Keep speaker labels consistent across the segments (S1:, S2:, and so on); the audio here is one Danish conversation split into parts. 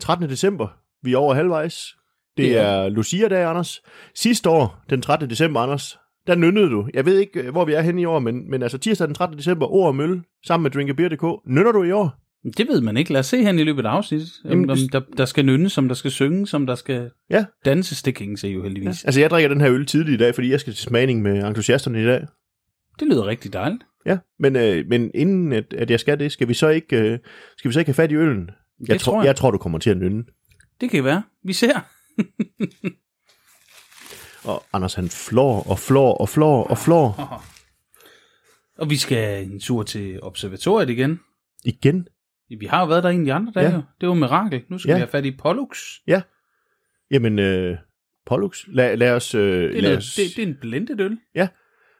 S1: 13. december. Vi er over halvvejs. Det
S2: Ja.
S1: er Lucia-dag, Anders. Sidste år, den 13. december, Anders, der nynnede du. Jeg ved ikke, øh, hvor vi er henne i år, men, men altså tirsdag den 13. december, Ord og Mølle, sammen med drinkabeer.dk. Nynner du i år?
S2: Det ved man ikke. Lad os se her i løbet af afsnittet, om,
S1: Jamen,
S2: om
S1: hvis-
S2: der, der skal nynne, som der skal synge, som der skal
S1: Ja.
S2: danses. Det kan ingen se jo heldigvis. Ja.
S1: Altså, jeg drikker den her øl tidligt i dag, fordi jeg skal til smagning med entusiasterne i dag.
S2: Det lyder rigtig dejligt.
S1: Ja, men, øh, men inden at, at jeg skal det, skal vi så ikke, øh, skal vi så ikke have fat i øllen? jeg,
S2: tror jeg.
S1: jeg tror, du kommer til at nynne.
S2: Det kan være. Vi ser.
S1: Og Anders, han flår og flår og flår og flår
S2: Og vi skal en tur til observatoriet igen.
S1: igen.
S2: Vi har jo været der en af de andre dage.
S1: Ja.
S2: Ja. Det var mirakel. Nu skal
S1: Ja.
S2: ja. vi have fat i Pollux.
S1: Jamen, øh, Pollux, lad, lad os... Øh,
S2: Det er,
S1: lad
S2: noget,
S1: os
S2: det, det er en blended øl.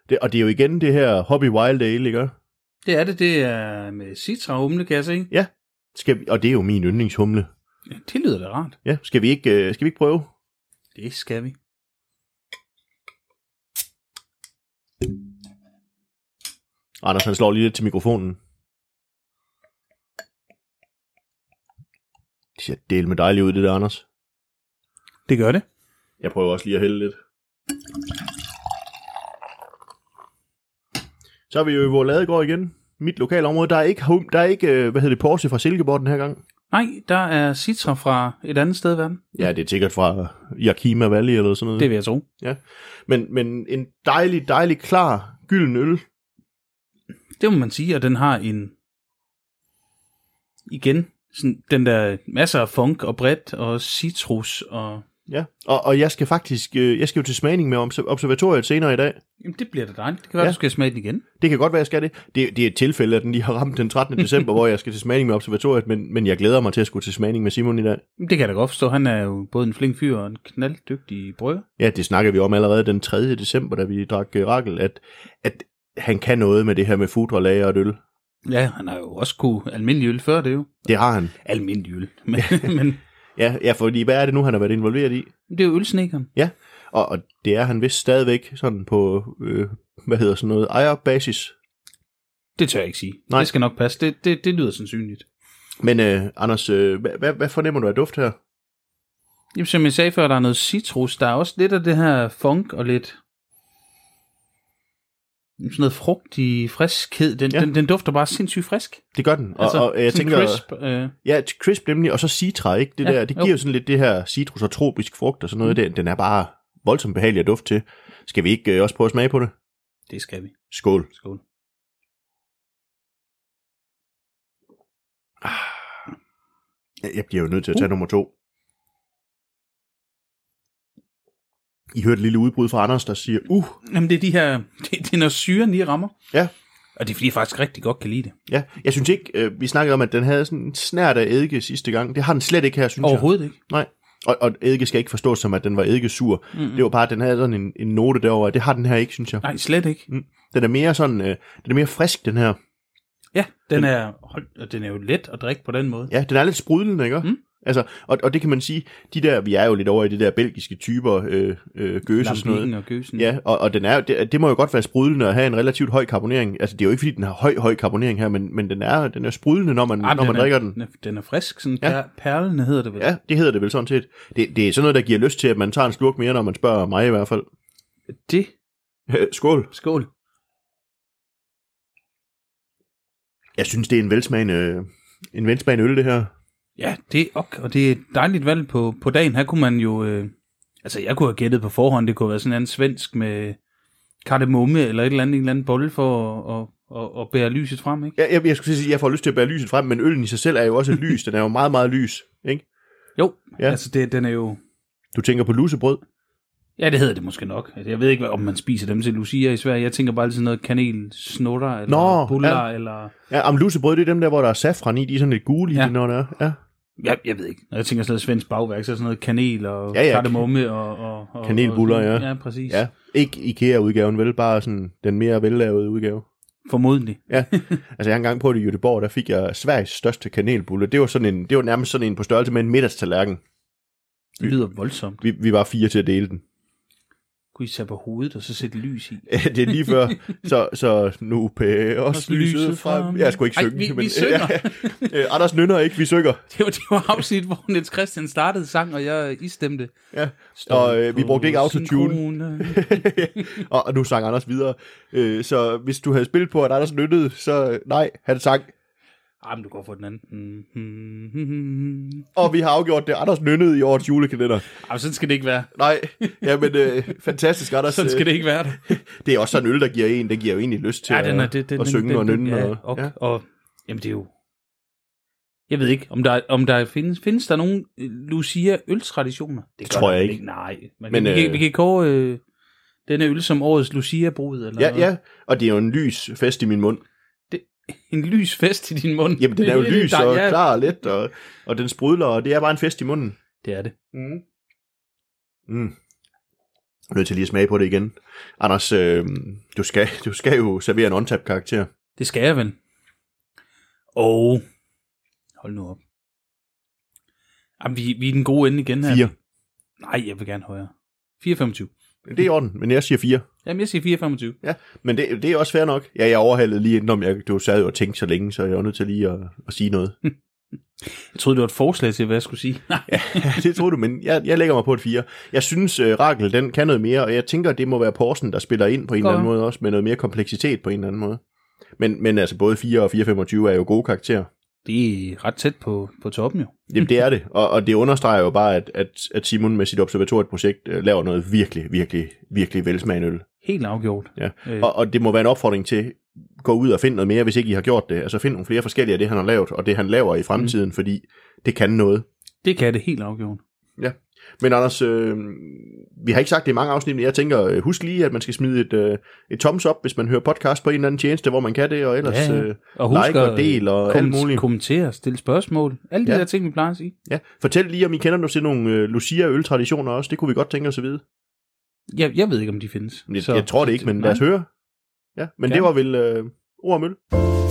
S1: det, og det er jo igen det her Hobby Wild Ale, ikke?
S2: Det er det. Det er med citra humle, kan jeg se.
S1: Skal vi, og det er jo min yndlingshumle.
S2: Ja, det lyder da rart.
S1: Ja, skal vi ikke, øh, skal vi ikke prøve?
S2: Det skal vi.
S1: Anders, han slår lige lidt til mikrofonen. Det ser del med dejligt ud, det der, Anders.
S2: Det gør det.
S1: Jeg prøver også lige at hælde lidt. Så er vi jo i vores ladegård igen. Mit lokale område. Der er ikke, hum, der er ikke øh, hvad hedder det, Porsche fra Silkeborg den her gang.
S2: Nej, der er citra fra et andet sted i verden.
S1: Ja, det er sikkert fra Yakima Valley eller sådan noget.
S2: Det vil jeg tro.
S1: Men, men en dejlig, dejlig klar gylden øl.
S2: Det må man sige, og den har en... Igen, sådan den der masser af funk og bredt og citrus og...
S1: Ja. Og, og jeg skal faktisk, øh, jeg skal jo til smagning med obs- observatoriet senere i dag.
S2: Jamen, det bliver da dejligt. Det kan være,
S1: Ja.
S2: ja. du skal smage den igen.
S1: Det kan godt være, jeg skal det. det. Det er et tilfælde, at den lige har ramt den 13. december, hvor jeg skal til smagning med observatoriet, men, men jeg glæder mig til at skulle til smagning med Simon i dag.
S2: Jamen, Det kan jeg da godt forstå. Han er jo både en flink fyr og en knalddygtig brød.
S1: Ja, det snakkede vi om allerede den 3. december, da vi drak øh, Rakel, at, at han kan noget med det her med food, lager og øl.
S2: Ja, han har jo også kunne almindelig øl før det jo.
S1: Det har han.
S2: Almindelig øl. Men, men
S1: Ja, ja, fordi hvad er det nu, han har været involveret i?
S2: det er jo ølsnekeren.
S1: Og, og det er han vist stadigvæk sådan på, øh, hvad hedder sådan noget, ejerbasis.
S2: Det tør jeg ikke sige.
S1: Nej.
S2: Nej. Det skal nok passe. Det, det, det lyder sandsynligt.
S1: Men øh, Anders, øh, hvad, hvad, hvad fornemmer du af duft her?
S2: Jamen, som jeg sagde før, der er noget citrus. Der er også lidt af det her funk og lidt sådan noget frugtig friskhed. Den,
S1: Ja.
S2: ja. den, den dufter bare sindssygt frisk.
S1: Det gør den. Og, altså, og jeg
S2: sådan
S1: tænker, crisp.
S2: Crisp, øh,
S1: ja, et crisp nemlig, og så citra, ikke? Det, ja,
S2: Ja,
S1: der, det
S2: jo.
S1: giver jo sådan lidt det her citrus og tropisk frugt og sådan noget. Mm. Den, den er bare voldsomt behagelig at duft til. Skal vi ikke øh, også prøve at smage på det?
S2: det skal vi.
S1: Skål.
S2: Skål.
S1: Jeg bliver jo nødt til at tage uh. nummer to. I hørte et lille udbrud fra Anders, der siger, uh,
S2: Jamen, det er de her... Det, det er, når syren lige rammer.
S1: Ja.
S2: Og det er, fordi jeg faktisk rigtig godt kan lide det.
S1: ja. Jeg synes ikke, øh, vi snakkede om, at den havde sådan en snært af eddike sidste gang. Det har den slet ikke her, synes jeg.
S2: Overhovedet ikke.
S1: Nej. Og, og eddike skal ikke forstås som, at den var eddikesur. Mm-hmm. Det var bare, at den havde sådan en, en note derover. Det har den her ikke, synes jeg.
S2: Mm. Nej, slet ikke.
S1: Den er mere sådan, øh, den er mere frisk, den her.
S2: Ja, den er, hold, og den er jo let at drikke på den måde.
S1: Ja, den er lidt sprudlende, ikke?
S2: Mm.
S1: Altså, og, og det kan man sige, de der, vi er jo lidt over i det der belgiske typer øh, øh, gøs og sådan noget.
S2: Lambinen og gøsen. Ah,
S1: Ja, og, og den er, jo- det, det må jo godt være sprudlende at have en relativt høj karbonering. Altså, det er jo ikke, fordi den har høj, høj karbonering her, men, men den er, den er sprudlende, når man,
S2: Ej, men
S1: når man
S2: er,
S1: drikker den.
S2: Den er, den er frisk, sådan
S1: Ja.
S2: ja. per, perlende hedder det vel.
S1: Ja, det hedder det vel sådan set. Det, det er sådan noget, der giver lyst til, at man tager en slurk mere, når man spørger mig i hvert fald.
S2: Det,
S1: Skål.
S2: skål.
S1: Jeg synes, det er en velsmagende, øh, en velsmagende øl, det her.
S2: Ja, det er ok, og det er et dejligt valg på, på dagen. Her kunne man jo, øh, altså jeg kunne have gættet på forhånd, det kunne være sådan en svensk med kardemomme eller et eller andet, en eller anden bolle for at, at, at, at bære lyset frem, ikke?
S1: Jeg, jeg, jeg skulle sige, at jeg får lyst til at bære lyset frem, men øllen i sig selv er jo også et lys. Den er jo meget, meget lys. Ikke?
S2: Jo,
S1: Ja.
S2: ja. altså det, den er jo,
S1: Du tænker på lusebrød.
S2: ja det hedder det måske nok. Altså, Jeg ved ikke, om man spiser dem til Lucia i Sverige. Jeg tænker bare altid noget kanel, snutter eller
S1: Nå,
S2: buller, ja. eller...
S1: Ja, om lusebrød, det er dem der, hvor der er safran i. De er sådan lidt gule ja. i
S2: Ja.
S1: det, når der er. Ja.
S2: Jeg, jeg ved ikke. Når jeg tænker sådan noget svensk bagværk, så er sådan noget kanel og
S1: Ja,
S2: ja,
S1: ja.
S2: ja. kardemomme og, og, og...
S1: Kanelbuller,
S2: og,
S1: ja.
S2: Ja, præcis.
S1: ja. Ikke IKEA-udgaven, vel? Bare sådan den mere vellavede udgave.
S2: Formodentlig.
S1: Ja, altså jeg har engang prøvet det i Göteborg, der fik jeg Sveriges største kanelbulle. Det var, sådan en, det var nærmest sådan en på størrelse med en middagstallerken.
S2: Det lyder voldsomt.
S1: Vi, vi var fire til at dele den.
S2: kunne I tage på hovedet og så sætte lys i.
S1: det er lige før. Så, så nu pærer os
S2: Også
S1: lyset
S2: lyset
S1: frem.
S2: frem.
S1: Jeg skulle ikke
S2: Ej,
S1: synge.
S2: vi- vi synger.
S1: Øh, Anders nynner ikke, vi synger.
S2: Det var, det var afsnit, hvor Niels Christian startede sang, og jeg istemte.
S1: Ja. Og øh, vi brugte ikke autotune.
S2: autotune.
S1: og, og nu sang Anders videre. Øh, så hvis du havde spillet på, at Anders nyttede, så øh, nej, han sang.
S2: Ah, men du går for den anden. Mm, mm, mm, mm.
S1: Og vi har afgjort det. Anders nyttede i årets julekalender.
S2: Ah, sådan skal det ikke være.
S1: Nej, jamen øh, fantastisk, Anders.
S2: Sådan skal det ikke være.
S1: Øh, Det er også sådan en øl, der giver en, den giver jo egentlig lyst til
S2: den er-
S1: at, at synge og nynne.
S2: ja,
S1: og,
S2: og,
S1: ja.
S2: og, jamen, det er jo... Jeg ved ikke, om der, om der findes, findes der nogen øh, Lucia-øltraditioner? Det gør
S1: tror
S2: der
S1: jeg
S2: vel
S1: ikke.
S2: Nej,
S1: Men,
S2: men, men vi,
S1: øh,
S2: kan, vi kan kåre øh, denne øl som årets Lucia-brud. Eller
S1: ja,
S2: hvad?
S1: ja, og det er jo en lys fest i min mund.
S2: En lys fest i din mund.
S1: Jamen, den
S2: Det
S1: er jo
S2: det,
S1: lys
S2: der-
S1: og
S2: ja,
S1: klar og let, og, og den sprudler, og det er bare en fest i munden.
S2: Det er det.
S1: Mm. Mm. Jeg er nødt til lige at smage på det igen. Anders, øh, du, skal, du skal jo servere en on karakter
S2: Det skal jeg vel. Og... Hold nu op. Jamen, vi, vi er i den gode ende igen her.
S1: 4.
S2: Nej, jeg vil gerne højere. 4,25.
S1: Det er i orden, men jeg siger 4.
S2: Jamen, jeg siger 4,25.
S1: Ja, men det, det er også fair nok. Ja, jeg overhalede lige inden, jeg, du sad jo og tænkte så længe, så jeg var nødt til lige at, at sige noget.
S2: Jeg troede, det var et forslag til, hvad jeg skulle sige. Nej.
S1: Ja, det tror du, men jeg, jeg lægger mig på et 4. Jeg synes, uh, Rakel, den kan noget mere, og jeg tænker, det må være Porsen, der spiller ind på en eller anden
S2: Godt.
S1: måde også, med noget mere kompleksitet på en eller anden måde. Men, men altså, både 4 og 4,25 er jo gode karakterer.
S2: Det er ret tæt på, på toppen jo.
S1: Jamen, det er det, og, og det understreger jo bare, at, at, at Simon med sit observatorieprojekt uh, laver noget virkelig, virkelig, virkelig velsmagende øl.
S2: Helt afgjort.
S1: Ja.
S2: Øh,
S1: Og, og det må være en opfordring til, gå ud og find noget mere, hvis ikke I har gjort det. Altså find nogle flere forskellige af det, han har lavet, og det han laver i fremtiden, mm. fordi det kan noget.
S2: Det kan det helt afgjort.
S1: Men Anders, øh, vi har ikke sagt det i mange afsnit, men jeg tænker, øh, husk lige, at man skal smide et, øh, et thumbs up, hvis man hører podcast på en eller anden tjeneste, hvor man kan det, og ellers ja, øh,
S2: Ja, ja.
S1: ja.
S2: Og øh,
S1: like og del og alt muligt.
S2: kommentere, stille spørgsmål. Alle de
S1: Ja.
S2: der ting, vi plejer at sige.
S1: Ja. Fortæl lige, om I kender til nogle øh, Lucia-øltraditioner også, det kunne vi godt tænke os at vide.
S2: Jeg, jeg ved ikke, om de findes.
S1: Men Jeg, jeg tror det ikke, men lad os høre. Ja, men
S2: Gerne.
S1: det var vel øh, ord og møl.